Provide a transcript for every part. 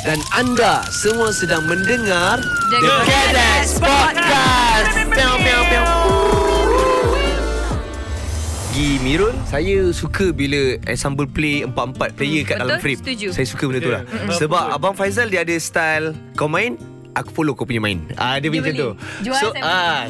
Dan anda semua sedang mendengar The Kedex Podcast. Piau, piau, piau. Gi Mirul Saya suka bila Ensemble play Empat-empat player hmm, Hmm, kat dalam betul, frame setuju. Saya suka benda tu lah Yeah. Sebab Abang Faizal dia ada style Kau main Aku follow kau punya main ah, Dia, dia Dia macam beli. tu Jual, so, saya ah,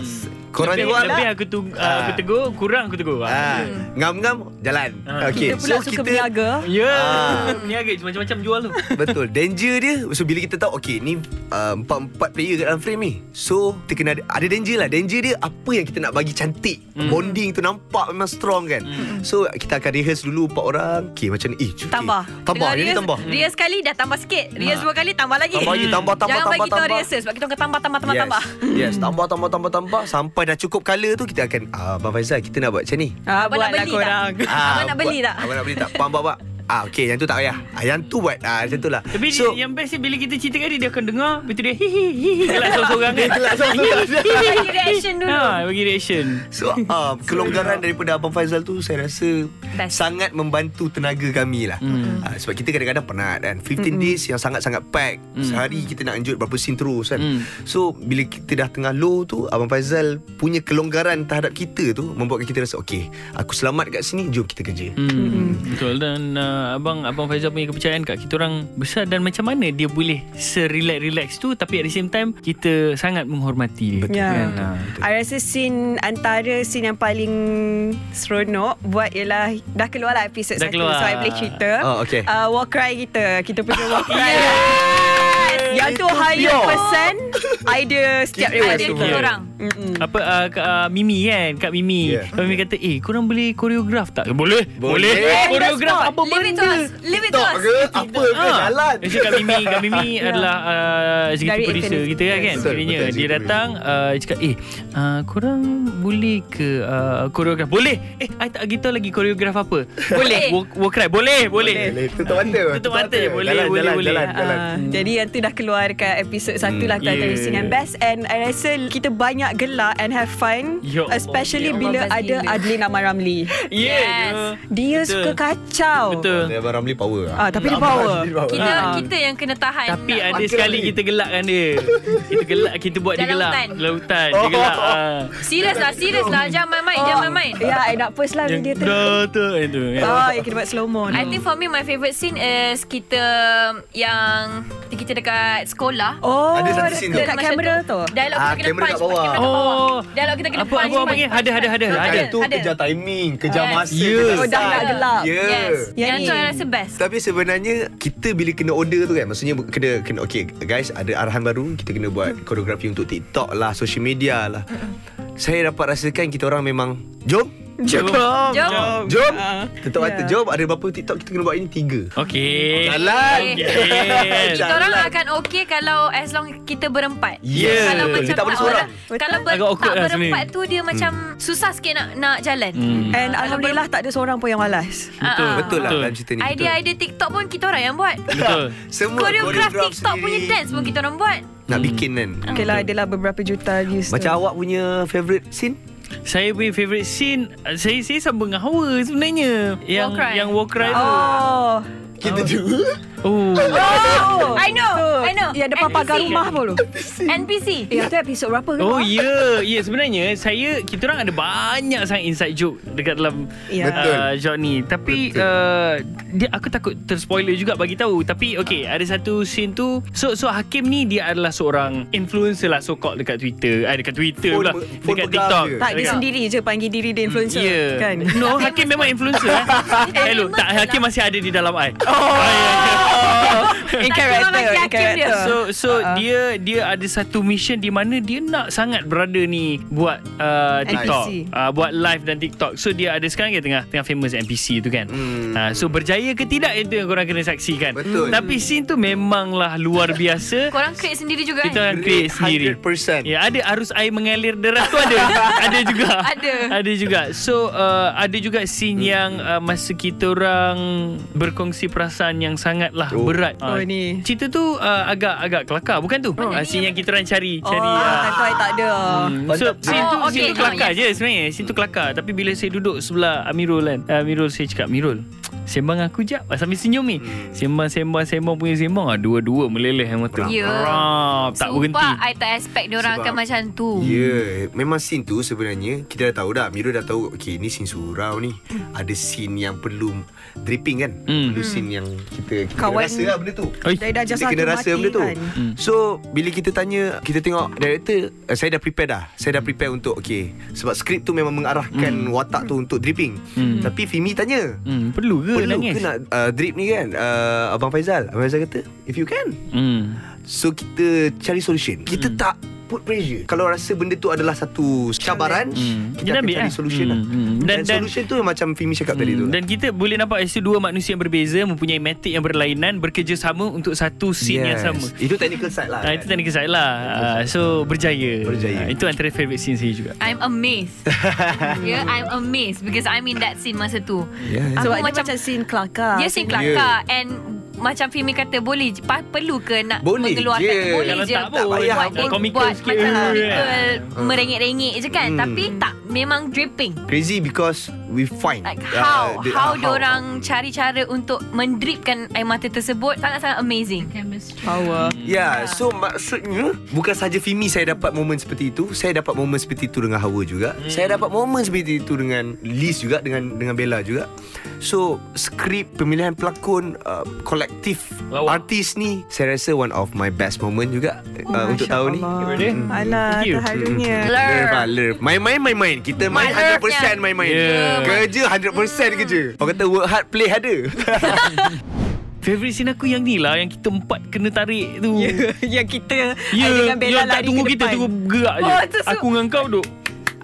Korang lebih, jual lah Lebih aku, tu, uh, aku Ah. tegur Kurang aku tegur ah, Ngam-ngam Jalan Ah. okay. Kita pula so, suka kita... berniaga Ya Ah. yeah. Ni agak macam-macam jual tu Betul Danger dia So bila kita tahu Okay ni uh, Empat-empat player kat dalam frame ni So kita kena ada, ada danger lah Danger dia Apa yang kita nak bagi cantik mm. Bonding tu nampak Memang strong kan mm. So kita akan rehearse dulu Empat orang Okay macam ni eh, okay. Tambah. Tambah Dengan Jadi rehearse- tambah Hmm. Ah. Rehearse sekali dah tambah sikit. Rehearse dua kali tambah lagi. Tambah lagi, tambah, tambah, Jangan tambah, bagi kita tambah. rehearse sebab kita akan tambah tambah tambah yes. tambah. Yes Tambah tambah tambah tambah Sampai dah cukup colour tu Kita akan ah, Abang Faizal kita nak buat macam ni ah, Abang nak Buatlah beli korang tak? Abang nak Ah, buat- beli tak? Abang nak beli tak Faham abang abang? Ah, okay yang tu tak payah ah, Yang tu buat ah, Macam tu lah Tapi so, yang best ni Bila kita cerita kat dia Dia akan dengar Lepas tu dia hihi hihi Gelak seorang-seorang kan Gelak seorang-seorang. Bagi reaction dulu. Ah, Ha, bagi reaction So uh, kelonggaran daripada Abang Faizal tu saya rasa Best. Best. sangat membantu tenaga kami lah. Mm. Uh, sebab kita kadang-kadang penat kan. 15 mm. days yang sangat-sangat pack. Mm. Sehari kita nak enjoy berapa scene terus kan. Mm. Mm. So bila kita dah tengah low tu Abang Faizal punya kelonggaran terhadap kita tu membuatkan kita rasa okey, aku selamat kat sini, jom kita kerja. Mm. Hmm, betul dan uh, abang abang Faizal punya kepercayaan kat kita orang besar dan macam mana dia boleh serelax-relax tu tapi at the same time kita sangat menghormati dia. Ya. Yeah. Ha. I rasa scene antara scene yang paling seronok buat ialah dah keluar lah episod Dah satu keluar. so I boleh cerita. Oh, okay. Uh, war cry kita. Kita punya war cry. Yang Itu tu higher pure. percent idea setiap Kita daripada Ada semua. kita. kita orang. Mm-mm. Apa uh, Kak, uh, Mimi kan Kak Mimi yeah. Yeah. Mimi kata Eh korang boleh koreograf tak Boleh Ya. Boleh. Koreograf apa Leave it to us. Leave it to Tak us. ke? Apa ke Ah. jalan? Ya. Actually Kak Mimi Kak Mimi adalah uh, Executive Dari producer Infinity. kita kan, kan? Betul, Kiranya betul, dia executive datang uh, Dia cakap Eh uh, korang boleh ke uh, Koreograf Boleh Eh I tak beritahu lagi Koreograf apa Boleh War, war cry Boleh Boleh, Boleh, tutup mata. Tutup mata je Boleh Jalan, boleh jalan, boleh jalan, jalan. Ah, jadi yang tu dah keluar dekat episod satu lah tu Mm, yeah. antara scene yang best and I rasa kita banyak gelak and have fun Ya Allah, especially ya Allah, bila best ada gila. Adlin Ahmad Ramli. Yeah Yes. Dia Betul. suka kacau. Betul Abang Ramli power lah. Ah, tapi dia power. Kita Ah. kita yang kena tahan. Tapi Tak ada makan sekali ni. kita gelakkan dia Kita gelak Kita buat dia Dalam gelak hutan. Dalam hutan Dia gelak ah. Serius lah, serius lah. Jangan main-main, jangan main-main. Ya, I nak post lah Yang video tu. dah tu Itu Oh, yang kena buat slow mo I think for me my favourite scene is kita yang kita dekat sekolah. Oh, Ada satu scene tu. dekat Masa kamera tu. Dialog Ah, kita kena kamera punch kat bawah. Kamera kat bawah Oh. Dialog kita kena Apa- punch apa orang panggil? Ada, ada, ada, punch. ada. Itu kerja timing, kerja Yes. masa, Ya. kerja Oh, dah style. nak gelap. Ya. Yes Yang Yang ni. tu I rasa best Tapi sebenarnya kita bila kena order tu kan maksudnya kena kena okey guys ada arahan baru kita kena buat koreografi untuk TikTok lah social media lah. Saya dapat rasakan kita orang memang jom Jom Jom. Ah. jom tutup mata Ya. jom ada berapa TikTok kita kena buat ini tiga. Okay Jalan. Okay. Kita orang akan okey kalau as long kita berempat Yeah. Kalau Betul. macam Kita tak boleh seorang. Hmm. orang- Kalau ber, Agak awkward tak lah berempat sebenarnya. tu dia macam susah sikit nak nak jalan Hmm. And Alhamdulillah tak ada seorang pun yang malas. Betul Ah, ah. Betul lah Betul. dalam cerita ni. betul. Idea-idea TikTok pun kita orang yang buat Betul Semua Koreograf koreograf TikTok sendiri punya dance Mm. pun kita orang buat Nak bikin kan. Ah. Okay lah, adalah beberapa juta views Macam tu. awak punya favourite scene? Saya punya favourite scene uh, Saya saya sama dengan Hawa sebenarnya Yang Cry. Yang War Cry tu Oh. Kita juga. Oh Oh, I know, Tu. I know. Yang depan NPC. pagar rumah pun tu. NPC Ya. Eh, tu episod berapa ke? Oh ya, yeah. ya yeah, sebenarnya saya kita orang ada banyak sangat inside joke dekat dalam Ya. Betul. uh, job ni. Tapi Betul. uh, dia aku takut terspoiler juga bagi tahu. Tapi okey, ada satu scene tu. So so Hakim ni dia adalah seorang influencer lah so called dekat Twitter, ah dekat Twitter Phone pula, pe- phone dekat pegang TikTok. dia. Tak, dia Dekat- sendiri je panggil diri dia influencer. Yeah. Kan? No, Hakim memang influencer. eh. Hello, famous tak lah. Hakim masih ada di dalam Ah, I. Oh. In Tak kira character, lagi in hakim dia. character. So so uh-huh. dia dia ada satu mission di mana dia nak sangat berada ni buat uh, TikTok, NPC. uh, buat live dan TikTok. So dia ada sekarang dia tengah tengah famous NPC tu kan. Hmm. Uh, so berjaya ke tidak itu yang korang kena saksikan. Betul. Tapi scene tu memanglah luar biasa. Korang create sendiri juga Kita kan? orang create sendiri. 100%. Ya ada arus air mengalir deras tu ada. ada juga. Ada. Ada juga. So uh, ada juga scene hmm. yang uh, masa kita orang berkongsi perasaan yang sangatlah Oh. berat. Oh, Ah, ni. Cerita tu uh, agak agak agak kelakar bukan tu. Mana Ah, ni? scene yang kita orang cari Oh, cari. ah. tak tahu I tak ada. Hmm. So scene tu Oh, scene okay. tu kelakar Ah, je sebenarnya. Scene tu kelakar tapi bila saya duduk sebelah Amirul kan. ah, Amirul saya cakap Amirul Sembang aku jap Ah, Sambil senyum ni Hmm. Sembang-sembang-sembang punya sembang ah, Dua-dua meleleh yang mata Ya. Rap, Tak berhenti Sumpah, I tak expect diorang Sebab- akan macam tu. Hmm. Ya, yeah, memang scene tu sebenarnya kita dah tahu dah. Miro dah tahu, okey ni scene surau ni. Hmm. Ada scene yang perlu dripping kan? Hmm. Perlu scene yang kita, kita Kawan- rasa lah benda tu. Oi. Dari dah Kita jasa kena satu rasa mati benda tu. kan. Hmm. So, bila kita tanya, kita tengok director, eh, saya dah prepare dah. Saya dah Hmm. prepare untuk okey. Sebab skrip tu memang mengarahkan watak tu untuk dripping. Hmm. Tapi Fimi tanya, Hmm, perlu ke perlu nangis? ke nak uh, drip ni kan? Uh, Abang Faizal. Abang Faizal kata, if you can. Hmm. So kita cari solution Kita hmm. tak put pressure Kalau rasa benda tu adalah satu cabaran Hmm. Kita Dia akan ambil cari lah. solution Hmm. lah Hmm. dan, Dan- dan dan- solution tu macam Fimi cakap tadi tu Hmm, Dan kita boleh nampak Iaitu dua manusia yang berbeza Mempunyai metik yang berlainan Bekerjasama untuk satu scene yes. yang sama Itu technical side lah Ah, itu tadi saya lah Ah, So berjaya Berjaya. Ah, Itu antara favourite scene saya juga I'm amazed. yeah, I'm amazed because I'm in that scene masa tu. yeah. Sebab Aku dia macam- macam scene kelakar. Dia scene kelakar and macam Fimi kata boleh je- pa- perlu ke nak Boleh mengeluarkan je. boleh Kalau je tak pun, tak buat, payah. Komikal buat sikit. macam Eh. komikal Hmm. merengek-rengek je kan tapi tak memang dripping Crazy because we find Like uh, how the- How diorang cari cara Untuk mendripkan air mata tersebut Sangat-sangat amazing power. Ya, yeah, so maksudnya bukan saja Fimi saya dapat momen seperti itu, saya dapat momen seperti itu dengan Hawa juga. Hmm. Saya dapat momen seperti itu dengan Liz juga dengan dengan Bella juga. So, skrip pemilihan pelakon uh, kolektif Lawak. artis ni saya rasa one of my best moment juga oh, uh, untuk Masya tahun Allah. Eh, ni. Alah, Thank you. Hmm. terharunya. Blur. Lerf lah, lerf. Main-main, main-main. Kita main Lerfnya. 100% main-main. Yeah. Kerja 100% kerja. Orang kata work hard, play harder. Favourite scene aku yang ni lah Yang kita empat kena tarik tu Ya, yang kita Ya, I dengan Bella yang tak lari tunggu ke kita depan. tunggu gerak je. Oh, tu su- Aku dengan kau duduk.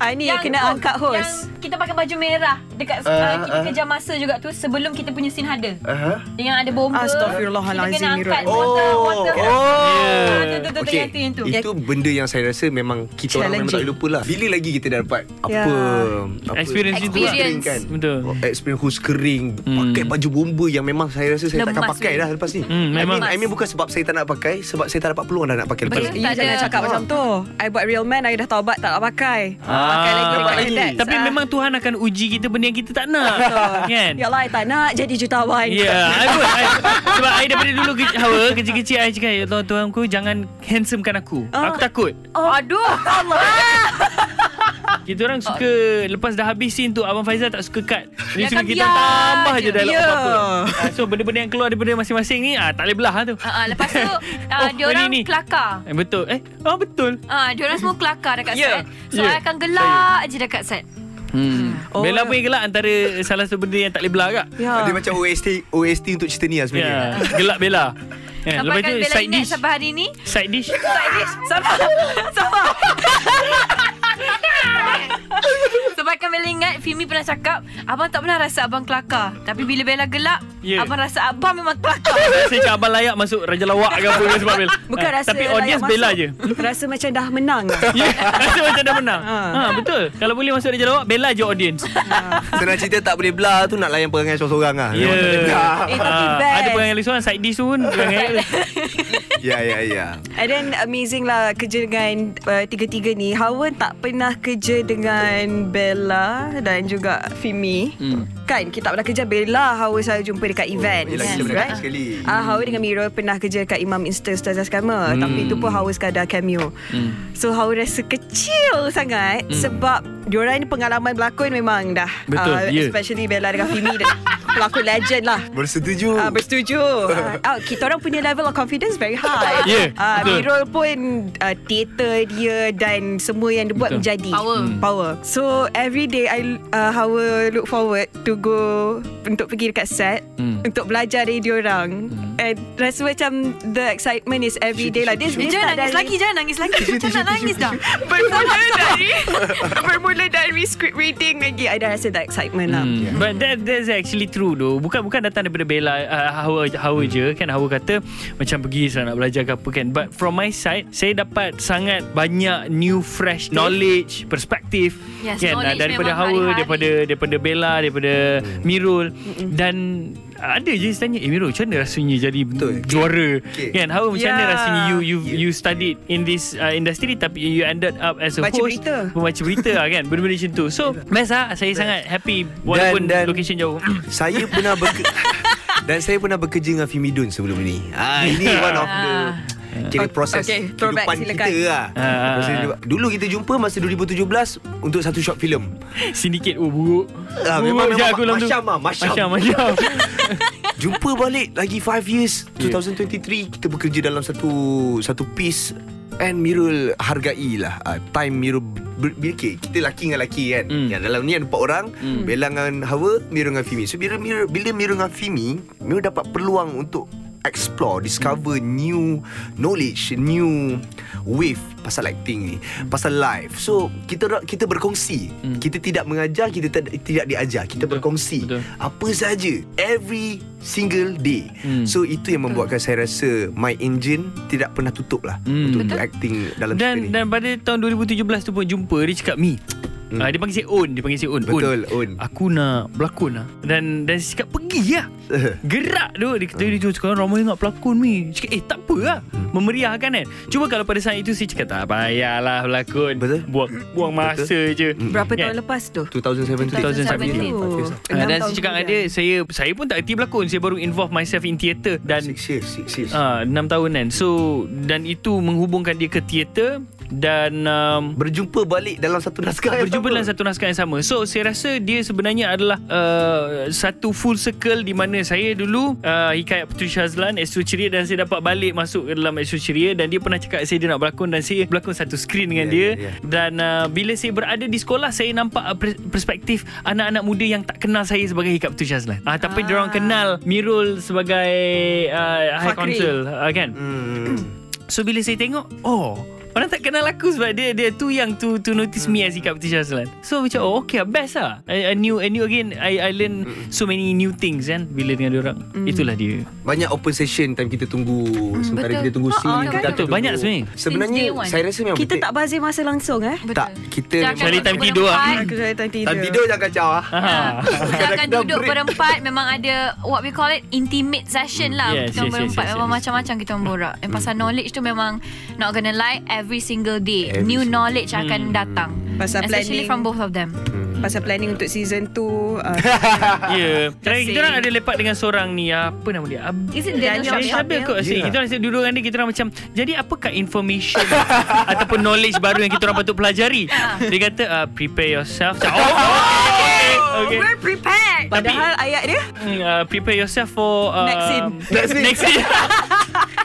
I ni yang, kena oh, angkat host. Yang kita pakai baju merah Dekat uh, Ah, Kita ah. kejar masa juga tu Sebelum kita punya scene ada Uh-huh. Yang ada bomba Astaghfirullahalazim, Oh, Kita kena angkat Mirul. water Water Oh. Ah, tu, tu, tu, Okey, yang tu, yang tu. Itu benda yang saya rasa memang kita orang memang tak Challenging. boleh lupa lah. Bila lagi kita dah dapat apa, Ya. apa Experience hus itu lah. kering kan? Betul. Oh, Experience hus kering, Hmm. pakai baju bomba yang memang saya rasa saya takkan Lemas pakai ni. dah lepas ni. Hmm, memang. I mean, I mean bukan sebab saya tak nak pakai, sebab saya tak dapat peluang dah nak pakai lepas Betul. ni. You Tak jangan ada. cakap macam tu. I buat real man, I dah taubat tak nak pakai. pakai Ah, lagi, Dapat pakai lagi. relax. Ah, Tapi Ah. memang Tuhan akan uji kita benda yang kita tak nak. kan? Ya Allah, I tak nak jadi jutawan. Ya, yeah, I pun. I, sebab I daripada dulu ke, Hawa, kecil-kecil I cakap, Ya Allah, Tuhan ku jangan handsomekan aku. Ah. Aku takut. Oh, aduh. Allah. Kita orang suka, lepas dah habis scene tu, Abang Faizal tak suka cut. Dia Oh. Dia suka akan kita biar tambah je je. dalam Ya. apa-apa. Ah, so, benda-benda yang keluar daripada masing-masing ni, ah, tak boleh belah lah tu. Ah, ah, Lepas tu Oh, uh, Diorang ini, ini. kelakar Eh, betul. Eh, ah, betul. Ah, diorang semua kelakar dekat Ya, set. So ya. I akan gelak je dekat set. Hmm. Oh. Oh. Bella punya gelak antara salah satu benda yang tak boleh belah agak. Ya. Dia macam OST OST untuk cerita ni lah Ya, sebenarnya. gelak Bella. Ya, Sampai lepas kan tu Bella side ingat dish. sampai hari ni. Side dish. Side dish. Sabar. Sabar. Sebab kan Bella ingat Fimi pernah cakap Abang tak pernah rasa abang kelakar Tapi bila Bella gelak Ya. Abang rasa abang memang kelakar Rasa macam abang layak masuk Raja Lawak ke apa ke sebab Bella. Bukan Ah, rasa Tapi layak audience masuk. Bella je. Rasa macam dah menang. lah. Ya, rasa macam dah menang. Ah. Ha, betul. Kalau boleh masuk Raja Lawak, Bella je audience. Senang cerita tak boleh belah tu nak layan perangai seorang-seorang lah. Ya. Memang tak boleh belah. Eh, tapi Ah, best. Ada pengen lagi seorang side dish tu pun. perangai dia. Ya, ya, ya. And then amazing lah kerja dengan uh, tiga-tiga ni. Hawa tak pernah kerja dengan Bella dan juga Fimi. Hmm. Kan kita tak pernah kerja Bella, Hawa saya jumpa dekat event. yelah, kan? kita pernah Oh, kerja sekali. Ah, Hawa dengan Miro pernah kerja dekat Imam Insta Ustazah Skama. Hmm. Tapi itu pun Hawa sekadar cameo. Hmm. So Hawa rasa kecil sangat hmm. sebab diorang ni pengalaman berlakon memang dah. Betul, Ah, ya. Especially Bella dengan Fimi dah pelakon legend lah. Bersetuju. Ah, bersetuju. ah, kita orang punya level of confidence very high. Ya, betul. Ah, Mirul pun uh, teater dia dan semua yang dia buat Betul. menjadi Power. Hmm. power. So every day I uh, Hawa look forward to go untuk pergi dekat set Hmm. untuk belajar dari dia orang. And rasa macam the excitement is every day lah. Dia Eh, Jangan nangis lagi Jangan nangis lagi Macam nak nangis dah Bermula dari Bermula dari script reading lagi I dah rasa that excitement lah Hmm. But that that's actually true though. Bukan bukan datang daripada Bella uh, Hawa Hawa je kan Hawa kata macam pergi sana nak belajar ke apa kan. But from my side saya dapat sangat banyak new fresh knowledge, perspektif Yes, kan knowledge daripada memang Hawa, hari-hari. daripada daripada Bella, daripada Mirul dan ada je tanya eh Miro macam mana rasanya jadi Betul. juara Okay. kan how macam mana Yeah. rasanya you you Yeah. you studied in this uh, industry tapi you ended up as a Baca host berita. pembaca berita lah kan benda-benda macam tu so best lah saya sangat happy walaupun Dan- dan- location jauh Hmm. Saya pernah berke... Dan saya pernah bekerja dengan Fimi Dun sebelum ni ah, Ini one of the Kira Ah. proses Okay, throwback, kehidupan silakan. kita lah Ah. Proses kehidupan. Dulu kita jumpa masa 2017 Untuk satu short film sindiket oh buruk Ah, memang- Buruk je memang aku dalam tu. masyam lah, masyam. masyam masyam Jumpa balik lagi 5 years 2023 Kita bekerja dalam satu Satu piece And Mirul hargai lah uh, Time Mirul ber- ber- okay, Kita laki dengan laki kan Hmm. Yang dalam ni ada 4 orang Hmm. Bella dengan Hawa Mirul dengan Fimi So bila Mirul, bila Mirul dengan Fimi Mirul dapat peluang untuk Explore Discover Hmm. new Knowledge New Wave Pasal acting ni Pasal live So kita kita berkongsi Hmm. Kita tidak mengajar Kita tak- tidak diajar Kita berkongsi betul. apa saja every single day. Hmm. Hmm. So itu yang membuatkan saya rasa my engine tidak pernah tutup lah Hmm. hmm. untuk Betul. acting dalam cerita dan ni. dan pada tahun 2017 tu pun jumpa dia cakap mi Hmm. Ah, dia panggil saya On Dia panggil saya On Betul, On, On. Aku nak berlakon lah Dan dan saya cakap pergi lah Gerak tu Dia kata dia tu sekarang ramai sangat pelakon ni Cakap eh tak apa lah Hmm. Memeriahkan kan Cuma kalau pada saat itu saya cakap tak payahlah pelakon Betul. Buang, buang masa je Berapa Kan? tahun lepas tu? 2017. 2017. Ah, dan saya Oh, enam tahun cakap dengan dia kemudian. saya saya pun tak erti berlakon saya baru involve myself in theatre dan Six years, six years. Uh. ah 6 tahun kan so dan itu menghubungkan dia ke teater dan um, Berjumpa balik dalam satu naskah yang sama. berjumpa dalam satu naskah yang sama. So saya rasa dia sebenarnya adalah uh, satu full circle di mana saya dulu uh, hikayat Putri Shazlan Astro Ceria dan saya dapat balik masuk ke dalam Astro Ceria dan dia pernah cakap saya dia nak berlakon dan saya berlakon satu skrin dengan Ya, dia ya, ya. dan uh, bila saya berada di sekolah saya nampak uh, pers- perspektif anak-anak muda yang tak kenal saya sebagai hikayat Putri Shazlan. Uh, tapi ah. dia orang kenal Mirul sebagai uh, High Fakri. Council uh, kan. Hmm. So bila saya tengok Oh Orang tak kenal aku sebab dia dia tu yang tu tu notice me as Ikat Putih Shazlan. So macam oh okay lah, best lah. I, I knew I knew again I I learn so many new things kan bila dengan dia orang. Itulah dia. Banyak open session time kita tunggu hmm, sementara betul. kita tunggu Ha, scene ha, kita betul. tunggu. Banyak sebenarnya. Sebenarnya day one. saya rasa memang Kita tak bazir masa langsung eh? Betul. tak kita Jangan memang- Cari time duduk tidur lah. berempat. Aku saya tak tidur. time tidur jangan kacau ah. Ha, kita akan Kadang-kadang duduk break. berempat Memang ada What we call it Intimate session lah Yes, Kita yes, yes, berempat yes, Memang yes. Mm. macam-macam kita borak Yang pasal knowledge tu memang Not gonna lie Every single day Every New single knowledge Mm. akan datang Pasal Especially planning. from both of them Pasal planning untuk season 2 uh, Ya. Yeah. Terakhir kita Kasih. orang ada lepak dengan seorang ni apa nama dia? Ab- Is it Daniel Daniel Shabil? Shabil? Syabil kot Ya. yeah. Kita orang asyik duduk dengan dia Kita orang macam Jadi apakah information Ataupun knowledge baru Yang kita orang patut pelajari Dia kata uh, Prepare yourself Macam, Oh okay, Oh, okay. We're prepared Padahal ayat dia Mm, uh, prepare yourself for uh, Next scene. Next scene. Next scene.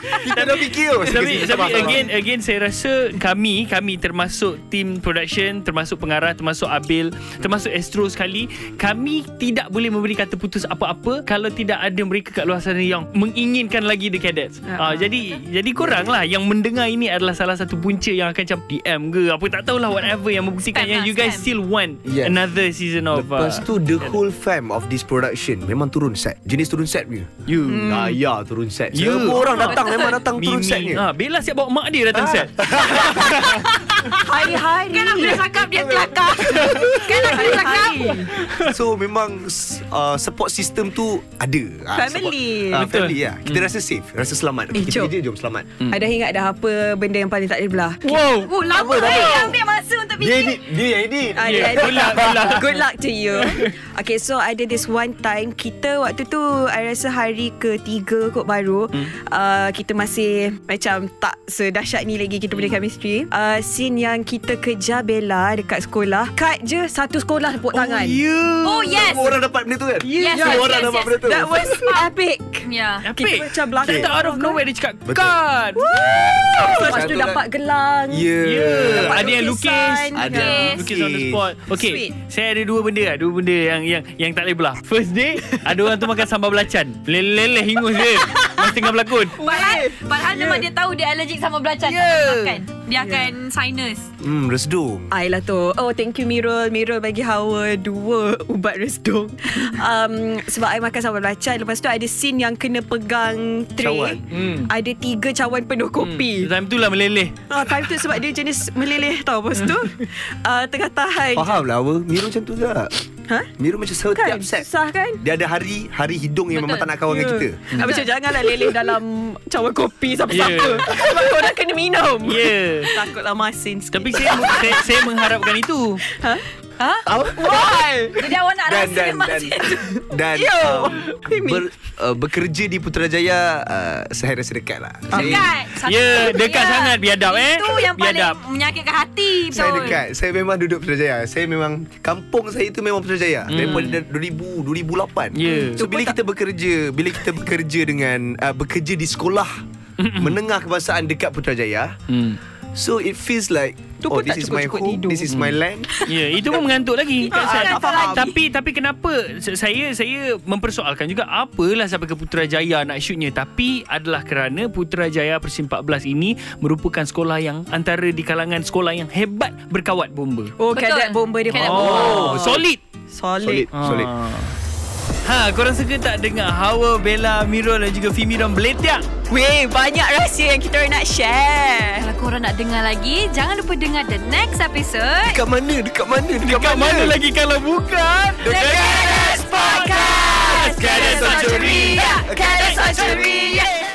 Kita dah fikir. oh, tapi sikit-sikit. tapi again again saya rasa kami kami termasuk team production, termasuk pengarah, termasuk Abil, termasuk Astro sekali, kami tidak boleh memberi kata putus apa-apa kalau tidak ada mereka kat luar sana yang menginginkan lagi the cadets. Ya. Uh, jadi jadi korang lah yang mendengar ini adalah salah satu punca yang akan macam DM ke apa tak tahulah whatever yang membuktikan Spam yang lah, you guys spam. still want Yes. another season Oh, of uh, Lepas tu the whole fam of this production memang turun set. Jenis turun set punya. you. Hmm. Ah ya turun set. Ya. Semua Oh. orang datang memang datang turun set ni. Ah, ha, Bella siap bawa mak dia datang set Hari-hari Kan aku dah cakap Dia kelakar Kan aku dah cakap So memang uh, support system tu ada. Ah, Family. support. Ah, Betul. Hmm. family ya. Kita rasa safe, rasa selamat. Eh, Kita jom. kerja jom selamat. Ada ingat dah apa benda yang paling tak boleh belah Wow Oh lama Apa, eh. lama. Dia ambil masa untuk fikir edit, dia yang edit. Ya. Ah, Yeah, dia- good luck, good luck. Good luck to you Okay so ada this one time Kita waktu tu I rasa hari ketiga kot baru hmm. uh, Kita masih Macam tak sedahsyat ni lagi Kita punya chemistry uh, Scene yang kita kejar Bella Dekat sekolah Cut je Satu sekolah tepuk tangan ya Oh yes ya. Semua orang dapat benda tu kan? Yes, Semua yes, orang yes, dapat yes. benda tu. That was epic Yeah Kita macam belakang kan? Kita out of nowhere Dia cakap Cut Lepas tu Satu dapat gelang Ya. Yeah. Ada yang lukis lukisan. Ada Lukis. Lukis on the spot Okay Sweet. Saya ada dua benda lah Dua benda yang Yang yang tak boleh belah First day Ada orang tu makan sambal belacan Leleleh hingus dia Masa tengah berlakon Padahal Padahal memang dia tahu Dia allergic sama belacan Tak boleh makan Dia akan sinus Hmm, resdu. Ai lah tu Oh thank you Mirul Mirul bagi Hawa Dua ubat resdung um, Sebab I makan sambal belacan Lepas tu ada scene yang Kena pegang tray Cawan. Hmm. Ada tiga cawan penuh kopi Time tu lah meleleh Ah, time tu sebab dia jenis meleleh tau Lepas tu uh, Tengah tahan Faham lah apa? Miro macam tu juga. Ha? Miru macam setiap Kan? set Susah kan? Dia ada hari Hari hidung yang memang tak Betul. nak kawan dengan kita Hmm. Macam janganlah leleh dalam cawan kopi siapa-siapa. Yeah. Sebab korang kena minum. Ya. Yeah. Takutlah masin sikit. Ha? Tapi saya, saya saya mengharapkan itu. Why? Jadi awak nak Dan rasa Dan memang Dan macam tu. Dan Yo. um, Fahmi. ber, uh, Bekerja di Putrajaya uh, Saya rasa dekat lah Saya, Dekat. Satu- Ya, dekat Ya. sangat, biadab, eh. Itu yang paling Biadab. menyakitkan hati. Betul. saya dekat Saya memang duduk Putrajaya Saya memang Kampung saya tu memang Putrajaya hmm. Daripada 2000 2008 Ya. So bila kita bekerja Bila kita bekerja dengan uh, Bekerja di sekolah Menengah kebangsaan dekat Putrajaya Hmm. So it feels like Tu Oh pun this tak is my cukup-cukup home tidur. This is my land Ya, itu pun mengantuk lagi. Ah, Ustaz. tak faham. Tapi tapi kenapa se- saya saya mempersoalkan juga apalah sampai ke Putrajaya nak shootnya tapi adalah kerana Putrajaya Persim 14 ini merupakan sekolah yang antara di kalangan sekolah yang hebat berkawat bomba. Oh, Betul. kadet bomba dia. Cadet Oh, solid. Solid. Solid Solid Ha, korang suka tak dengar Hawa, Bella, Miro dan juga Fimi dan Beletiak? Weh, banyak rahsia yang kita orang nak share. Kalau korang nak dengar lagi, jangan lupa dengar the next episode. Dekat mana Dekat mana Dekat, Kat mana lagi kalau bukan? Podcast. Ganas Podcast. Ya, Ganas Ceria. Ganas Ceria.